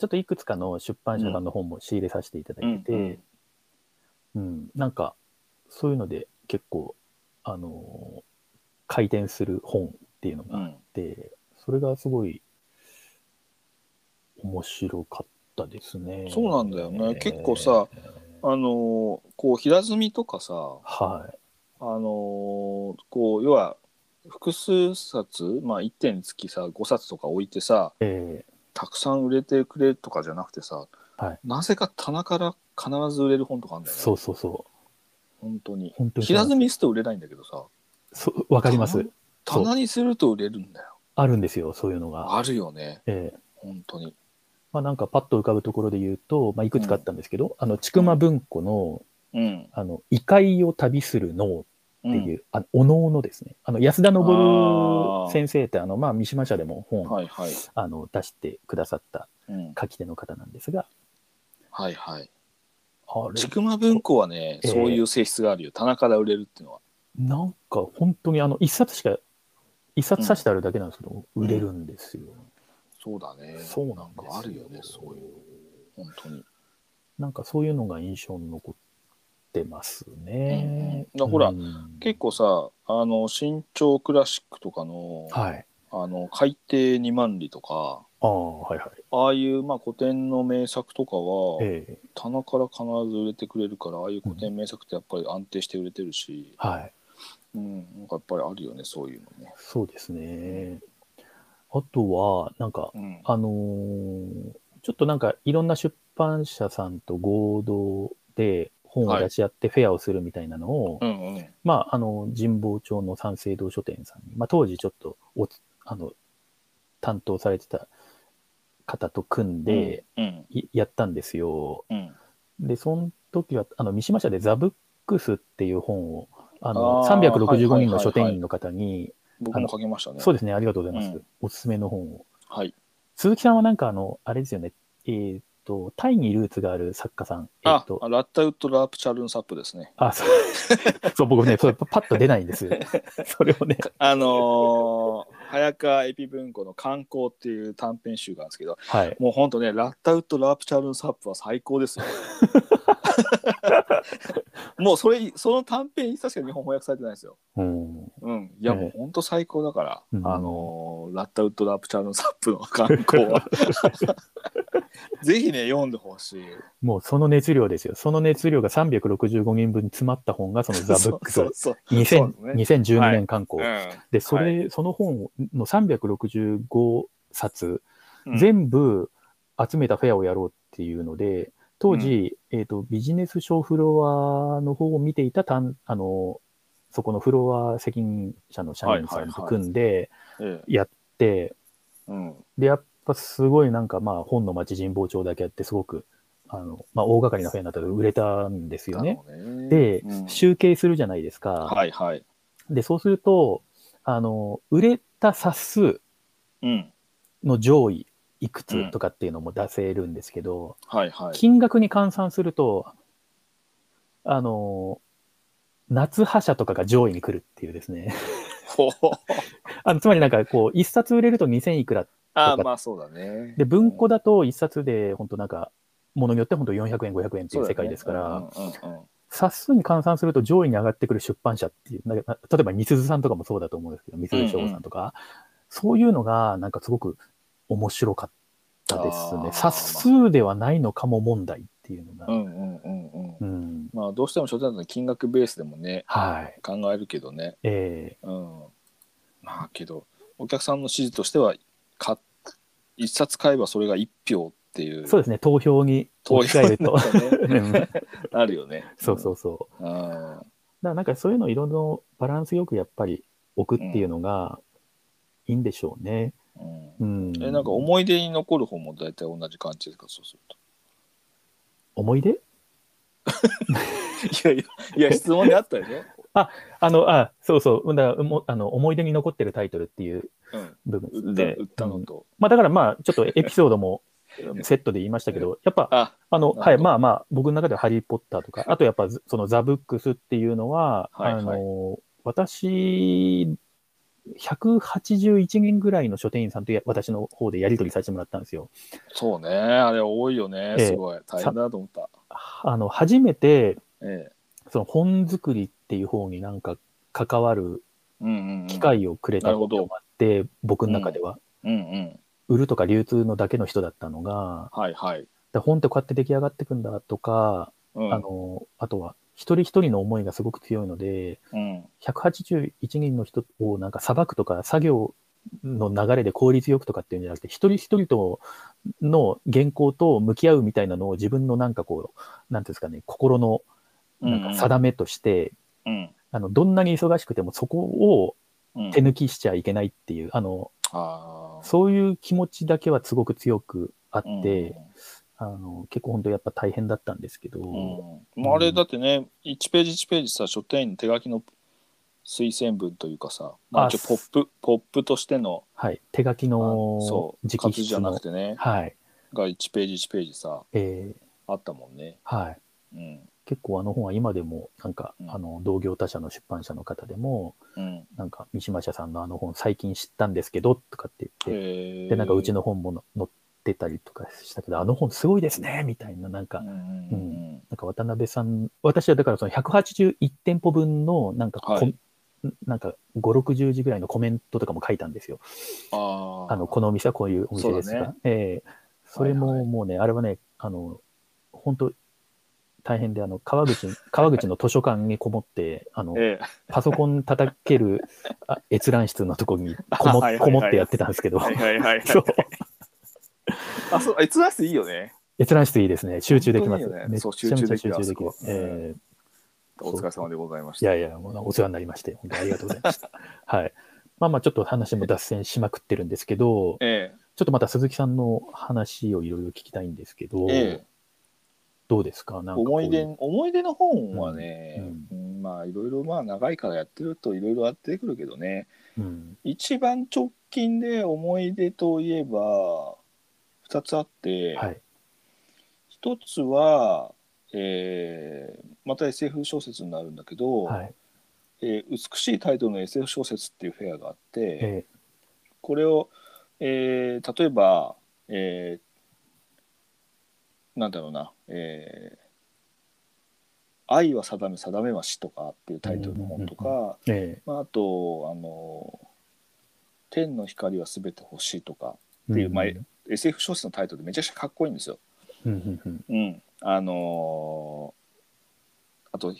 Speaker 2: ちょっといくつかの出版社さんの本も仕入れさせていただいて、
Speaker 1: う
Speaker 2: うんん
Speaker 1: うん
Speaker 2: なんか、そういうので結構、あのー回転する本っていうの
Speaker 1: う
Speaker 2: があっ
Speaker 1: ん、
Speaker 2: て、それがすごい面白かったですね。
Speaker 1: そうなんだよね結構さ、あのーこう平積みとかさあ
Speaker 2: はい。
Speaker 1: のーこう要は複数冊、まあ、1点につきさ5冊とか置いてさ
Speaker 2: え
Speaker 1: たくさん売れてくれるとかじゃなくてさ、
Speaker 2: はい
Speaker 1: なぜか棚から必ず売れる本とかあるん
Speaker 2: ー
Speaker 1: だよね
Speaker 2: そうそうそう。
Speaker 1: 本当に
Speaker 2: 本当にそう
Speaker 1: 平
Speaker 2: なんで
Speaker 1: 積みすると売れないんだけどさ
Speaker 2: す。そうわかりま
Speaker 1: 棚
Speaker 2: す。そう
Speaker 1: 棚にすると売れるんだよ
Speaker 2: あるんですよ、そういうのが。
Speaker 1: あるよね
Speaker 2: えー
Speaker 1: 本当に
Speaker 2: まあ、なんかパッと浮かぶところで言うと、まあ、いくつかあったんですけど、あの、ちくま文庫の、
Speaker 1: うん
Speaker 2: あの、異界を旅する脳っ
Speaker 1: う
Speaker 2: てい
Speaker 1: ん
Speaker 2: う、あの、お能のですね、あの、安田
Speaker 1: あー
Speaker 2: 昇先生って、あの、まあ、三島社でも本、
Speaker 1: はいはい、
Speaker 2: あの、出してくださった
Speaker 1: うん、
Speaker 2: 書き手の方なんですが、
Speaker 1: はいはい
Speaker 2: あれ
Speaker 1: ち、くま文庫はね、
Speaker 2: ええ
Speaker 1: そういう性質があるよ棚から売れるっていうのは
Speaker 2: なんか本当にあの、一冊しか、一冊差してあるだけなんですけど、
Speaker 1: ん
Speaker 2: 売れるんですよ。
Speaker 1: そうだね
Speaker 2: そうなん
Speaker 1: な
Speaker 2: で
Speaker 1: ん
Speaker 2: す
Speaker 1: か
Speaker 2: よ
Speaker 1: あるよねそういう本当に、
Speaker 2: なんかそういうのが印象に残ってますね。
Speaker 1: うんうんだほら
Speaker 2: うん
Speaker 1: 結構さあの新潮クラシックとかの,、
Speaker 2: はい。
Speaker 1: あの海底二万里とか
Speaker 2: ああ、はいはい。
Speaker 1: ああいう、まあ、古典の名作とかは、
Speaker 2: ええ
Speaker 1: 棚から必ず売れてくれるからああいう古典名作ってやっぱり安定して売れてるし、
Speaker 2: はい。
Speaker 1: うん、なんかやっぱりあるよねそういうのね。
Speaker 2: そうですね。あとは、なんか、
Speaker 1: うん、
Speaker 2: あのーちょっとなんかいろんな出版社さんと合同で本を出し合ってフェアをするみたいなのを、
Speaker 1: うんうん
Speaker 2: まあ、あの、神保町の三省堂書店さんに、まあ、当時ちょっとおつ、あの、担当されてた方と組んで、
Speaker 1: うん
Speaker 2: いやったんですよ。
Speaker 1: うん、
Speaker 2: で、その時は、あの、三島社でザブックスっていう本を、あの、
Speaker 1: あー
Speaker 2: 365人の書
Speaker 1: はいはいはいは
Speaker 2: 店
Speaker 1: い
Speaker 2: 員の方に、
Speaker 1: 僕も書けましたね。
Speaker 2: そうですね、ありがとうございます。
Speaker 1: うん
Speaker 2: おすすめの本を。
Speaker 1: はい。
Speaker 2: 鈴木さんはなんかあの、あれですよね、えーっと、タイにルーツがある作家さん。えーっ
Speaker 1: あ、
Speaker 2: と、
Speaker 1: ラッタウッドラープチャルンサップですね。
Speaker 2: あ、そう、 [LAUGHS] そう僕ね、それパッと出ない
Speaker 1: [LAUGHS]
Speaker 2: んです。それをね、
Speaker 1: あのー早川エピ文庫の観光っていう短編集があるんですけど、
Speaker 2: はい。
Speaker 1: もう本当ね、ラッタウッドラープチャルンサップは最高ですよ。
Speaker 2: [LAUGHS]
Speaker 1: もうそれ、その短編一冊しか日本翻訳されてないんですよ。
Speaker 2: うん。
Speaker 1: うん、いや、
Speaker 2: ええ
Speaker 1: もう本当最高だから、
Speaker 2: うん
Speaker 1: あのーラッタウッドラープチャルンサップの観光
Speaker 2: [LAUGHS]
Speaker 1: は。ぜひね、読んでほしい。
Speaker 2: もうその熱量ですよ。その熱量が365人分詰まった本がそのザ・ブックス
Speaker 1: そうそうそうですね
Speaker 2: 2000 2012年刊行。
Speaker 1: そう。
Speaker 2: で、それ、その本の365冊、全部集めたフェアをやろうっていうので、当時、えっ、と、ビジネスショーフロアの方を見ていたたん、あの、そこのフロア責任者の社員さんと組んで、
Speaker 1: 部、ええ
Speaker 2: で、
Speaker 1: うん、
Speaker 2: で、やっぱすごいなんかまあ本の町神保町だけあってすごく、あの、まあ大掛かりなフェアになったら売れたんですよね。
Speaker 1: だろうね
Speaker 2: で
Speaker 1: うん
Speaker 2: 集計するじゃないですか。
Speaker 1: はいはい。
Speaker 2: で、そうすると、あの、売れた冊数
Speaker 1: うん。
Speaker 2: の上位いくつとかっていうのも出せるんですけど、
Speaker 1: はいはい。
Speaker 2: 金額に換算すると、あの、夏覇者とかが上位に来るっていうですね。 [LAUGHS]
Speaker 1: ほほ
Speaker 2: あのつまりなんかこう、一冊売れると2000いくら
Speaker 1: ああ、まあそうだね。
Speaker 2: で、文庫だと一冊で、本当なんか、ものによって本当400円、500円っていう世界ですから、
Speaker 1: そうだね。うんうんうん
Speaker 2: 冊数に換算すると上位に上がってくる出版社っていう、なんか例えばみすずさんとかもそうだと思うんですけど、みすずしょうさんとか、そういうのが、なんかすごく面白かったです
Speaker 1: あ
Speaker 2: ね
Speaker 1: ー。
Speaker 2: 冊数ではないのかも問題っていうの
Speaker 1: う
Speaker 2: が。
Speaker 1: んうんうんうん。
Speaker 2: うん。
Speaker 1: まあどうしても書店だと金額ベースでもね、
Speaker 2: はい。
Speaker 1: 考えるけどね。
Speaker 2: え
Speaker 1: うん。まあけど、お客さんの指示としては、か一冊買えばそれが一票ってい
Speaker 2: ー
Speaker 1: う。
Speaker 2: そうですね、投票に
Speaker 1: 投
Speaker 2: 置き
Speaker 1: 票
Speaker 2: 換える
Speaker 1: に [LAUGHS]
Speaker 2: と。
Speaker 1: ね
Speaker 2: うん
Speaker 1: あるよね。
Speaker 2: そうそうそう。
Speaker 1: うん。あ
Speaker 2: だからなんかそういうのをいろいろバランスよくやっぱり置くっていうのがいいんでしょうね。
Speaker 1: ーうん
Speaker 2: うん。
Speaker 1: えなんか思い出に残る本も大体同じ感じですかそうする
Speaker 2: 思い出
Speaker 1: といやいやいや質問にあったよね、
Speaker 2: あの、あ、そうそう。だからもあの思い出に残ってるタイトルっていう
Speaker 1: うん、
Speaker 2: 部分
Speaker 1: 売
Speaker 2: で。
Speaker 1: った売ったの
Speaker 2: うん
Speaker 1: と、
Speaker 2: まあだからまあちょっとエピソー
Speaker 1: [LAUGHS]
Speaker 2: ドもセットで言いましたけど、やっぱ、
Speaker 1: あ
Speaker 2: あ
Speaker 1: な
Speaker 2: の、
Speaker 1: るほど
Speaker 2: はい、まあまあ僕の中ではハリー・ポッターとか、あとやっぱそのザ・ブックスっていうのは、
Speaker 1: はいはい
Speaker 2: あの、私、181人ぐらいの書店員さんとや私の方でやり取りさせてもらったんですよ。
Speaker 1: そうねあれ多いよね
Speaker 2: ええ
Speaker 1: すごい大変だと思った、
Speaker 2: あの、初めて、
Speaker 1: ええ
Speaker 2: その本作りっていう方になんか関わる
Speaker 1: うんうんうん、
Speaker 2: 機会をくれた
Speaker 1: うんなるほど
Speaker 2: のがあって、僕の中では、
Speaker 1: うんうん
Speaker 2: 売るとか流通のだけの人だったのが、
Speaker 1: はいはい、
Speaker 2: だ本ってこうやって出来上がってくんだとか、
Speaker 1: うん、
Speaker 2: あの、あとは一人一人の思いがすごく強いので、
Speaker 1: うん
Speaker 2: 181人の人をなんか裁くとか作業の流れで効率よくとかっていうんじゃなくて、一人一人との原稿と向き合うみたいなのを自分のなんかこう、なんていうんですかね、心のなんか定めとして、
Speaker 1: うん
Speaker 2: あの、どんなに忙しくてもそこを
Speaker 1: うん、
Speaker 2: 手抜きしちゃいけないっていう、あの、
Speaker 1: あー
Speaker 2: そういう気持ちだけはすごく強くあっ
Speaker 1: うん
Speaker 2: て、あの、結構本当やっぱ大変だったんですけど、
Speaker 1: うんまあ、あれだってね1ページ1ページさ書店員の手書きの推薦文というかさ、まあ、
Speaker 2: あ
Speaker 1: 一応ポップポップとしての
Speaker 2: はい、手書き
Speaker 1: あ
Speaker 2: の
Speaker 1: そう
Speaker 2: 直
Speaker 1: 活字じ
Speaker 2: 筆
Speaker 1: ゃな
Speaker 2: の
Speaker 1: く、てね
Speaker 2: はい、
Speaker 1: が1ページ1ページさ
Speaker 2: えー
Speaker 1: あったもんね、
Speaker 2: はい。
Speaker 1: うん
Speaker 2: 結構あの本は今でも、なんか、
Speaker 1: うん
Speaker 2: あの、同業他社の出版社の方でも、
Speaker 1: うん、
Speaker 2: なんか、三島社さんのあの本最近知ったんですけど、とかって言って、
Speaker 1: で
Speaker 2: で、なんかうちの本もの載ってたりとかしたけど、あの本すごいですね、みたいな、なんか
Speaker 1: う、んうん
Speaker 2: なんか渡辺さん、私はだからその181店舗分のなんかこ、
Speaker 1: はい
Speaker 2: なんか5、60字ぐらいのコメントとかも書いたんですよ。
Speaker 1: あー
Speaker 2: あの、このお店はこういうお店です
Speaker 1: そう
Speaker 2: か。
Speaker 1: だ
Speaker 2: ええそれ
Speaker 1: はいは
Speaker 2: も
Speaker 1: い
Speaker 2: もうね、あれはね、あの、本当大変で、あの、川口、 [LAUGHS] 川口の図書館にこもって、あの、
Speaker 1: ええ、
Speaker 2: パソコン叩けるあ閲覧室のとこにこ
Speaker 1: [LAUGHS] はいはいは
Speaker 2: も
Speaker 1: い
Speaker 2: こもってやってたんですけど、
Speaker 1: はいはいはい、はい。
Speaker 2: [LAUGHS] そう、
Speaker 1: あ、そう、閲覧室いいよね。
Speaker 2: 閲覧室いいですね。集中できます。
Speaker 1: 本当にいいよね
Speaker 2: めっち
Speaker 1: そう
Speaker 2: ゃめち
Speaker 1: 集中
Speaker 2: ゃ集中
Speaker 1: で
Speaker 2: で
Speaker 1: き
Speaker 2: き
Speaker 1: る
Speaker 2: る
Speaker 1: あそこ。
Speaker 2: え
Speaker 1: お疲れ様でございまし
Speaker 2: ーい
Speaker 1: た。
Speaker 2: やいや、もうお世話になりまして、本当にありがとうござい
Speaker 1: [LAUGHS]
Speaker 2: ました。はい。まあまあ、ちょっと話も脱線しまくってるんですけど、
Speaker 1: え
Speaker 2: ちょっとまた鈴木さんの話をいろいろ聞きたいんですけど、
Speaker 1: え、え
Speaker 2: どうですかなん
Speaker 1: え、
Speaker 2: かこうい
Speaker 1: 思い
Speaker 2: う
Speaker 1: 出、思い出の本はね、
Speaker 2: う
Speaker 1: うんまあいろいろまあ長いからやってるといろいろやってくるけどね、
Speaker 2: うん。
Speaker 1: 一番直近で思い出といえば、二つあって、
Speaker 2: はい。
Speaker 1: 一つは、えーまた SF 小説になるんだけど、
Speaker 2: はい。
Speaker 1: えー美しいタイトルの SF 小説っていうフェアがあって、
Speaker 2: え
Speaker 1: これを、えー例えば、えーなんだろうな、えー愛は定め定めは死」とかっていうタイトルの本とか、
Speaker 2: うんーえ
Speaker 1: まあ、あとあの「天の光は全て欲しい」とか
Speaker 2: ー。
Speaker 1: っていうまあ
Speaker 2: うん
Speaker 1: SF 小説のタイトルめちゃくちゃかっこいいんですよ。
Speaker 2: うんうん
Speaker 1: うん、あのーあと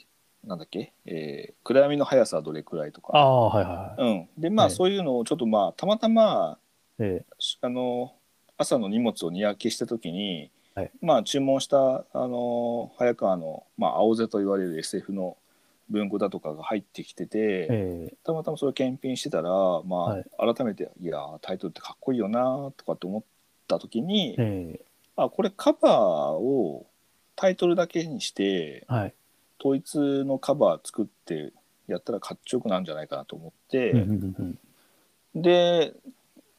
Speaker 1: なんだっけ、えー暗闇の速さはどれくらい」と
Speaker 2: あ
Speaker 1: か。
Speaker 2: あ、はいはいはい。
Speaker 1: うん、でまあ、
Speaker 2: はい
Speaker 1: そういうのをちょっとまあたまたま
Speaker 2: え
Speaker 1: しあの朝の荷物を荷焼きした時に、
Speaker 2: はい
Speaker 1: まあ注文したあの早川の、まあ、青瀬と言われる SF の文庫だとかが入ってきて
Speaker 2: ー
Speaker 1: て、
Speaker 2: え
Speaker 1: たまたまそれを検品してたら、まあ
Speaker 2: は
Speaker 1: 改めて「いやータイトルってかっこいいよな」とかって思った時に、
Speaker 2: ーえ
Speaker 1: あこれカバーをタイトルだけにして
Speaker 2: ーはい。
Speaker 1: 統一のカバー作ってやったらかっちょよくなるんじゃないかなと思って、
Speaker 2: うんうんうんうん
Speaker 1: で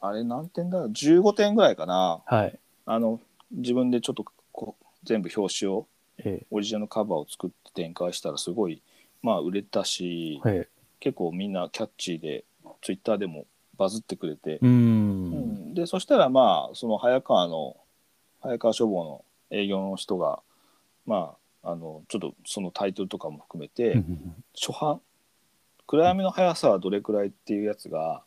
Speaker 1: あれ何点だろう15点ぐらいかな。
Speaker 2: はい。
Speaker 1: あの自分でちょっとこう全部表紙を
Speaker 2: え
Speaker 1: オリジナルのカバーを作って展開したらすごいまあ売れたし、
Speaker 2: ーえ
Speaker 1: 結構みんなキャッチーでツイッターでもバズってくれて
Speaker 2: ー、うー。
Speaker 1: うんんでそしたらまあその早川の早川書房の営業の人がまああのちょっとそのタイトルとかも含めて、
Speaker 2: うんうん
Speaker 1: 初版暗闇の速さはどれくらいっていうやつが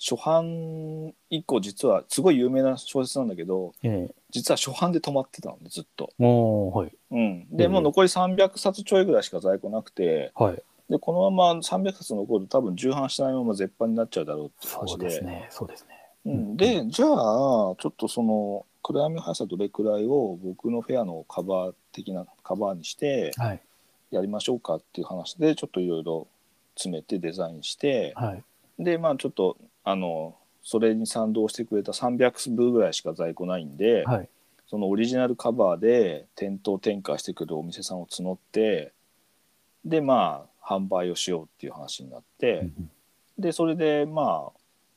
Speaker 1: 初版以降実はすごい有名な小説なんだけど、
Speaker 2: うんえ
Speaker 1: 実は初版で止まってたのでずっと。
Speaker 2: ーおーはい。
Speaker 1: うん、で
Speaker 2: うん
Speaker 1: もう残り300冊ちょいぐらいしか在庫なくて
Speaker 2: はい。
Speaker 1: でこのまま300冊残ると多分重版しないまま絶版になっちゃうだろうっていう
Speaker 2: そ
Speaker 1: 話
Speaker 2: う
Speaker 1: で
Speaker 2: ですね。そうですね。
Speaker 1: うん、でじゃあちょっとその暗闇の速さどれくらいを僕のフェアのカバー的なカバーにして
Speaker 2: はい。
Speaker 1: やりましょうかっていう話でちょっといろいろ詰めてデザインして
Speaker 2: はい。
Speaker 1: でまあちょっとあのそれに賛同してくれた300部ぐらいしか在庫ないんで、
Speaker 2: はい。
Speaker 1: そのオリジナルカバーで店頭展開してくるお店さんを募ってでまあ販売をしようっていう話になって、
Speaker 2: うんうん
Speaker 1: でそれでま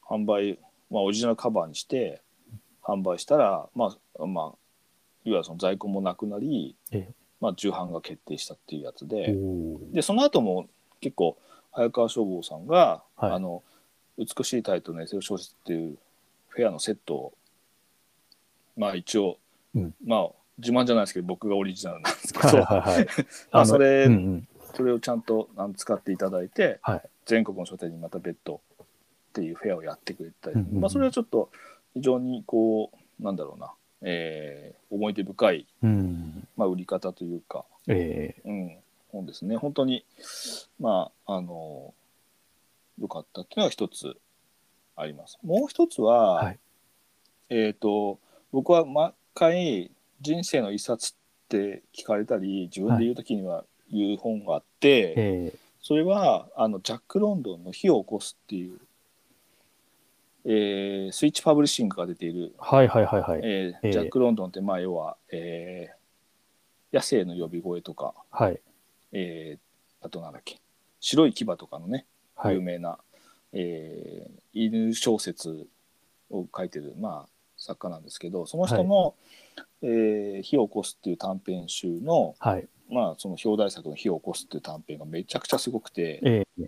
Speaker 1: あ販売、まあ、オリジナルカバーにして販売したらまあまあいわゆるその在庫もなくなり、
Speaker 2: ええ
Speaker 1: まあ、重版が決定したっていうやつで、
Speaker 2: おー
Speaker 1: でその後も結構早川消防さんが、
Speaker 2: はい
Speaker 1: あの美しいタイトルの SF 小説っていうフェアのセットをまあ一応、
Speaker 2: うん
Speaker 1: まあ自慢じゃないですけど僕がオリジナルなんですけ
Speaker 2: はい
Speaker 1: ど
Speaker 2: はいはい。 [LAUGHS]
Speaker 1: ま
Speaker 2: の
Speaker 1: あそれ、
Speaker 2: うんうん
Speaker 1: それをちゃんとあの使っていただいて、
Speaker 2: はい
Speaker 1: 全国の書店にまた別途っていうフェアをやってくれたり、
Speaker 2: うんうんうん
Speaker 1: まあ、それはちょっと非常にこうなんだろうな、えー思い出深い、
Speaker 2: うん。
Speaker 1: まあ、売り方というか、
Speaker 2: えー
Speaker 1: うん、本ですね。本当に、まあ、あの、良かったっていうのが一つあります。もう一つは、
Speaker 2: はい
Speaker 1: えっ、と、僕は毎回人生の一冊って聞かれたり、自分で言うときには言う本があって、
Speaker 2: え
Speaker 1: それは、あの、ジャック・ロンドンの火を起こすっていう、えースイッチパブリッシングが出ている、
Speaker 2: ーはいはいはいはい。
Speaker 1: えー
Speaker 2: ええ
Speaker 1: ジャック・ロンドンって、まあ、要は、えー野生の呼び声とか、
Speaker 2: はい。
Speaker 1: えーあとなんだっけ白い牙とかのね
Speaker 2: は
Speaker 1: 有
Speaker 2: い。
Speaker 1: 名な、えー犬小説を書いてる、まあ、作家なんですけどその人の、えー火を起こす」っていう短編集の,、
Speaker 2: はい。
Speaker 1: まあその表題作の「火を起こす」っていう短編がめちゃくちゃすごくて、
Speaker 2: えー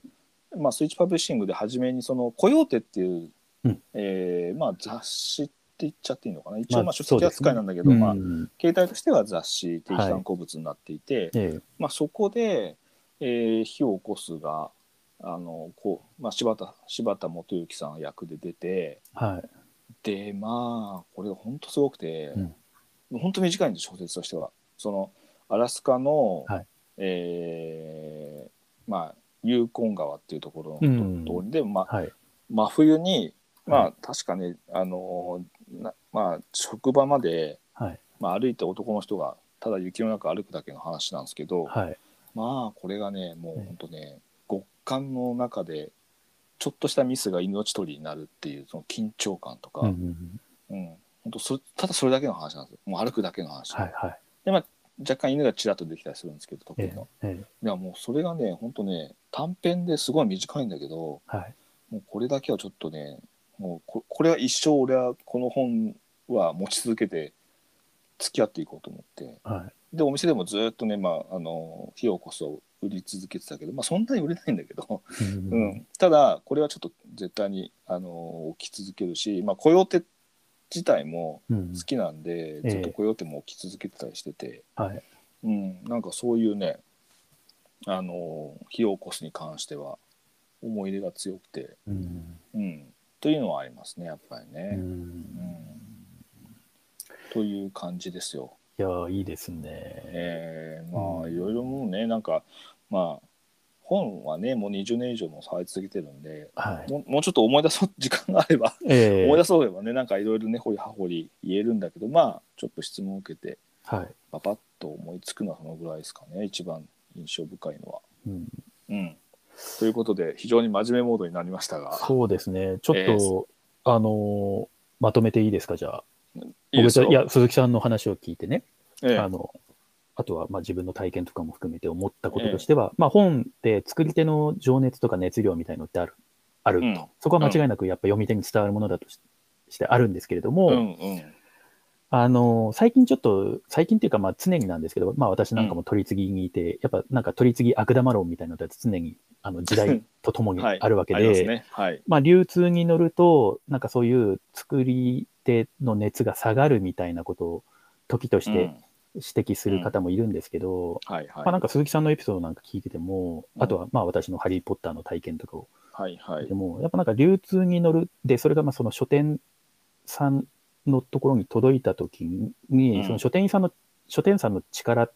Speaker 1: まあ、スイッチパブリッシングで初めにその「コヨーテ」っていう、
Speaker 2: うん
Speaker 1: えーまあ、雑誌って言っちゃっていいのかな一応
Speaker 2: ま
Speaker 1: ま
Speaker 2: あ
Speaker 1: あ書籍扱いなんだけど、
Speaker 2: うん
Speaker 1: まあ携帯としては雑誌定期刊行物になっていて、
Speaker 2: えー
Speaker 1: まあ、そこで、えー火を起こすがあのこう、まあ、柴田柴田元幸さん役で出て
Speaker 2: はい。
Speaker 1: でまあこれが本当すごくて
Speaker 2: うん、
Speaker 1: 本当短いんです小説としては。そのアラスカの、
Speaker 2: はい
Speaker 1: えーまあユーコン川っていうところ
Speaker 2: う
Speaker 1: の
Speaker 2: ん
Speaker 1: ところで、まあ、
Speaker 2: はい。
Speaker 1: 真冬にまあ、
Speaker 2: は
Speaker 1: 確かねあのーなまあ職場まで、
Speaker 2: はい。
Speaker 1: まあ、歩いて男の人がただ雪の中歩くだけの話なんですけど、
Speaker 2: はい。
Speaker 1: まあこれがねもう
Speaker 2: ね
Speaker 1: ほんとね極寒の中でちょっとしたミスが命取りになるっていうその緊張感とか、
Speaker 2: うんうんうん。
Speaker 1: うんほんとそれただそれだけの話なんですよもう歩くだけの話、
Speaker 2: はい。はい。
Speaker 1: でまあ若干犬がちらっとできたりするんですけど得意
Speaker 2: え
Speaker 1: の、
Speaker 2: え。ええ
Speaker 1: いやもうそれがねほんとね短編ですごい短いんだけど
Speaker 2: はい。
Speaker 1: もうこれだけはちょっとねもうここれは一生俺はこの本は持ち続けて付き合っていこうと思って。
Speaker 2: はい。
Speaker 1: でお店でもずっとね、まあ、あの火をこそ売り続けてたけど、まあ、そんなに売れないんだけど、
Speaker 2: うん
Speaker 1: うん。ただこれはちょっと絶対にあの起き続けるし、まあ、コヨーテ自体も
Speaker 2: うん
Speaker 1: 好きなんで、
Speaker 2: うん
Speaker 1: ずっとコヨーテも起き続けてたりしてて、
Speaker 2: はい。
Speaker 1: うん、なんかそういうねあの火を起こすに関しては思い入れが強くて、
Speaker 2: うん。
Speaker 1: うん、というのはありますねやっぱり
Speaker 2: う
Speaker 1: ね、うん
Speaker 2: ん。
Speaker 1: という感じですよ。
Speaker 2: いやー、いいですね。
Speaker 1: えーまあ
Speaker 2: うん
Speaker 1: いろいろもうねなんかまあ本はねもう20年以上も触り続けてるんで
Speaker 2: はい。
Speaker 1: もうもうちょっと思い出そう時間があれば
Speaker 2: ええ
Speaker 1: 思い出そうればねなんかいろいろね掘り葉掘り言えるんだけどまあちょっと質問を受けて
Speaker 2: はい。
Speaker 1: パパッと思いつくのはそのぐらいですかね一番印象深いのは。
Speaker 2: うん
Speaker 1: うん、ということで非常に真面目モードになりましたが
Speaker 2: そうですね。ちょっと、
Speaker 1: ええ
Speaker 2: あのーまとめていいですか、じゃあ。
Speaker 1: いいですよ
Speaker 2: 僕じゃいや、鈴木さんの話を聞いてね、
Speaker 1: ええ
Speaker 2: あの、あとは、まあ、自分の体験とかも含めて思ったこととしては、まあ、本って作り手の情熱とか熱量みたいのってある、あると。
Speaker 1: うん
Speaker 2: そこは間違いなく、やっぱ読み手に伝わるものだとししてあるんですけれども、
Speaker 1: うんうん
Speaker 2: あの、最近ちょっと、最近っていうか、まあ、常になんですけど、まあ、私なんかも取り次ぎにいて、やっぱ、なんか取り次ぎ悪玉論みたいなのって常に、あの、
Speaker 1: [LAUGHS]
Speaker 2: 時代とともに
Speaker 1: はい
Speaker 2: あるわけ
Speaker 1: あ
Speaker 2: で、
Speaker 1: りますねはい
Speaker 2: まあ、流通に乗ると、なんかそういう作り手の熱が下がるみたいなことを時とし
Speaker 1: う
Speaker 2: て
Speaker 1: ん
Speaker 2: 指摘する方もいるんですけど、
Speaker 1: はいはい
Speaker 2: まあ、なんか鈴木さんのエピソードなんか聞いてても、
Speaker 1: うん
Speaker 2: あとはまあ私のハリー・ポッターの体験とかを
Speaker 1: はいは
Speaker 2: で
Speaker 1: い
Speaker 2: も、やっぱなんか流通に乗る、で、それがまあその書店さんのところに届いたときに、
Speaker 1: うん
Speaker 2: その書店員さんの、書店さんの力っ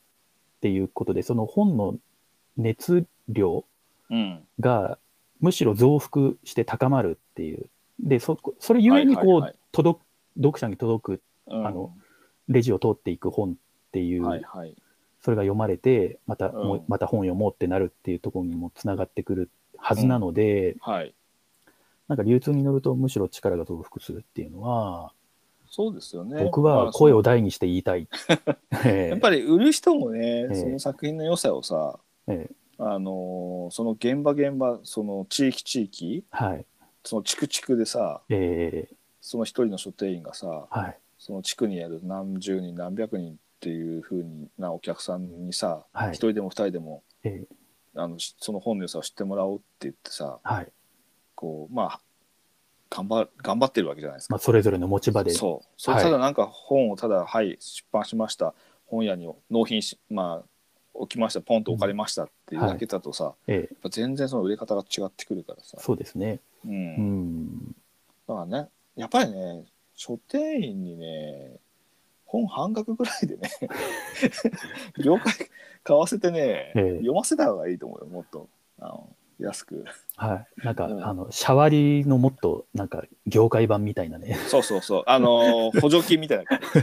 Speaker 2: ていうことで、その本の熱量、
Speaker 1: うん
Speaker 2: がむしろ増幅して高まるっていう。で、そこ、それゆえにこう、
Speaker 1: はいはいはい
Speaker 2: 届く、読者に届く、
Speaker 1: うん
Speaker 2: あのレジを通っていく本っていう、
Speaker 1: はいはい
Speaker 2: それが読まれて、また、も
Speaker 1: うん
Speaker 2: うまた本読もうってなるっていうところにもつながってくるはずなので、
Speaker 1: はい
Speaker 2: なんか流通に乗るとむしろ力が増幅するっていうのは、
Speaker 1: そうですよね。
Speaker 2: 僕
Speaker 1: ま
Speaker 2: は
Speaker 1: あ
Speaker 2: 声を大にして言いたい。
Speaker 1: や
Speaker 2: や
Speaker 1: っぱり売る人もね、
Speaker 2: ええ
Speaker 1: その作品の良さをさ、
Speaker 2: り、ええ
Speaker 1: あのーその現場現場、その地域地域、
Speaker 2: はい。
Speaker 1: その地区地区でさ、
Speaker 2: ええ
Speaker 1: その一人の書店員がさ、
Speaker 2: はい。
Speaker 1: その地区にやる何十人、何百人っていうふうなお客さんにさ、一、
Speaker 2: はい。
Speaker 1: 人でも二人でも
Speaker 2: ええ
Speaker 1: あのしその本の良さを知ってもらおうって言ってさ、
Speaker 2: はい。
Speaker 1: こう、まあ、頑張頑張ってるわけじゃないですか
Speaker 2: まあ、。それぞれの持ち場で。
Speaker 1: そうそう、
Speaker 2: はい
Speaker 1: ただなんか本をただはい出版しました本屋に納品しまあ置きましたポンと置かれましたっていうだけだとさ、
Speaker 2: ええ
Speaker 1: やっぱ全然その売れ方が違ってくるからさ、
Speaker 2: そうですね。
Speaker 1: うん
Speaker 2: うん。
Speaker 1: だからねやっぱりね書店員にね本半額ぐらいで [LAUGHS] ね業界買わせてね、
Speaker 2: ええ
Speaker 1: 読ませた方がいいと思うよもっとあの安く
Speaker 2: はい、なんか、
Speaker 1: うん
Speaker 2: あのシャワリのもっとなんか業界版みたいなね
Speaker 1: そうそうそうあ [LAUGHS] の補助金みたいな感じ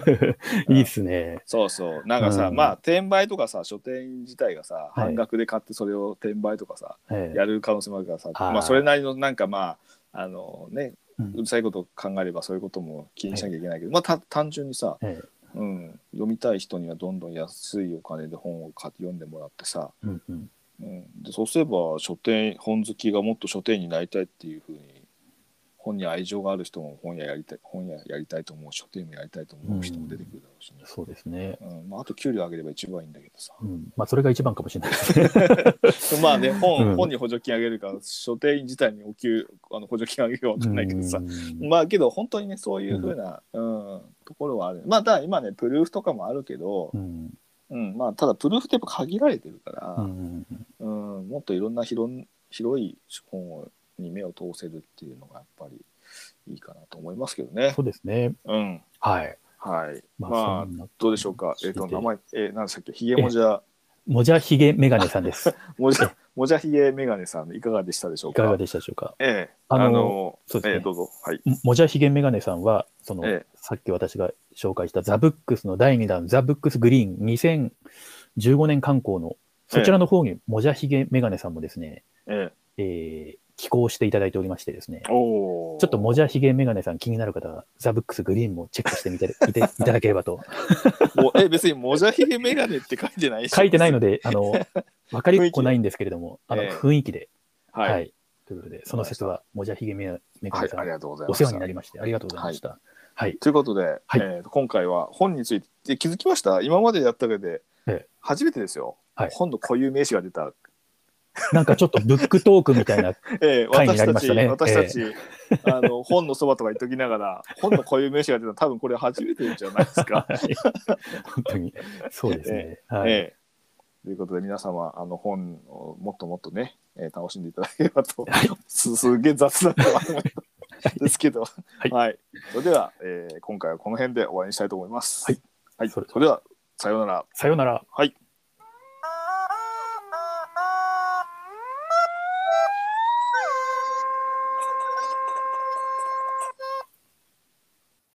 Speaker 1: うん
Speaker 2: いいっすね
Speaker 1: そうそうなんかさ、
Speaker 2: うん
Speaker 1: まあ転売とかさ書店員自体がさ
Speaker 2: い
Speaker 1: 半額で買ってそれを転売とかさ、
Speaker 2: ええ
Speaker 1: やる可能性もあるからさ、
Speaker 2: あー
Speaker 1: まあ、それなりのなんかまああのね
Speaker 2: う
Speaker 1: うんるさいことを考えればそういうことも気にしなきゃいけないけど、まあた単純にさ、
Speaker 2: ええ
Speaker 1: うん、読みたい人にはどんどん安いお金で本を買って読んでもらってさ、
Speaker 2: うんうん
Speaker 1: うん、でそうすれば書店本好きがもっと書店員になりたいっていうふうに本に愛情がある人も本屋やりたい本屋やりたいと思う書店もやりたいと思う人も出てくるだろうしね。
Speaker 2: そうですね、
Speaker 1: うんまあ、あと給料上げれば一番いいんだけどさ
Speaker 2: うんまあ、それが一番かもしれないですね
Speaker 1: まあね本,、
Speaker 2: うん
Speaker 1: 本に補助金上げるから書店員自体にお給あの補助金上げるか分かんないけどさ、
Speaker 2: うん
Speaker 1: まあけど本当にねそういうふうな、うんところはあるまあただ今ねプルーフとかもあるけど、
Speaker 2: うん
Speaker 1: うんまあ、ただプルーフってやっぱ限られてるか
Speaker 2: う
Speaker 1: ら、
Speaker 2: ん
Speaker 1: うんもっといろんな広ん広い本に目を通せるっていうのがやっぱりいいかなと思いますけどね。
Speaker 2: そうですね
Speaker 1: うん
Speaker 2: はい
Speaker 1: はい。
Speaker 2: まあ、
Speaker 1: まあ
Speaker 2: そんな。
Speaker 1: どうでしょうか。えっ、と、
Speaker 2: 聞いて
Speaker 1: 名前、えー、何でしたっけ、ひげもじゃ、
Speaker 2: もじゃひげメガネさ
Speaker 1: [LAUGHS]
Speaker 2: んです。
Speaker 1: もじゃ、もじゃひげメガネさん、いかがでしたでしょう
Speaker 2: い
Speaker 1: か。
Speaker 2: かがでしたでしょうか。
Speaker 1: ええ
Speaker 2: あの
Speaker 1: あの、
Speaker 2: そうですね
Speaker 1: ええどうぞ。はい。
Speaker 2: ももじゃひげメガネさんは、その、
Speaker 1: ええ
Speaker 2: さっき私が紹介したザ・ブックスの第2弾、ザ・ブックスグリーン2015年刊行の、そちらの方にもじゃひげメガネさんもですね、
Speaker 1: え
Speaker 2: えー寄稿していただいておりましてですね、
Speaker 1: えおお。
Speaker 2: ちょっともじゃひげメガネさん気になる方は、ザ・ブックスグリーンもチェックしてみてい
Speaker 1: [LAUGHS]
Speaker 2: ていただければと。
Speaker 1: もうえ、別にもじゃひげメガネって書いてないし
Speaker 2: 書いてないので、あの、わかりっこないんですけれども、あの、
Speaker 1: ええ
Speaker 2: 雰囲気で、
Speaker 1: はい。
Speaker 2: は
Speaker 1: はい。
Speaker 2: い。ということで、その説は、もじゃひげメガ
Speaker 1: あ
Speaker 2: ネさん、
Speaker 1: りがとうござい
Speaker 2: お
Speaker 1: ま
Speaker 2: 世
Speaker 1: す。
Speaker 2: 話になりまして、ありがとうございました。はい。
Speaker 1: ということで、
Speaker 2: は
Speaker 1: え
Speaker 2: い
Speaker 1: ーと今回は本について気づきました今までやった上で
Speaker 2: ええ
Speaker 1: 初めてですよ、
Speaker 2: はい
Speaker 1: 本の固有名詞が出た、
Speaker 2: なんかちょっとブックトークみたいな、
Speaker 1: えー
Speaker 2: 回に
Speaker 1: 私
Speaker 2: なり
Speaker 1: た
Speaker 2: まし
Speaker 1: ち、
Speaker 2: たね
Speaker 1: 私たち、あの本のそばとか言っときながら本の固有名詞が出た多分これ初めてじゃないですか。
Speaker 2: 本当に。そうですね。はい。
Speaker 1: ええということで皆様あの本をもっともっとね、えー楽しんでいただければと、す [LAUGHS] すげえ雑だとは思ったんですけど、はい
Speaker 2: い
Speaker 1: それでは、えー今回はこの辺で終わりにしたいと思います。
Speaker 2: はい
Speaker 1: はい、
Speaker 2: それ
Speaker 1: それではさようなら。
Speaker 2: さようなら。
Speaker 1: はい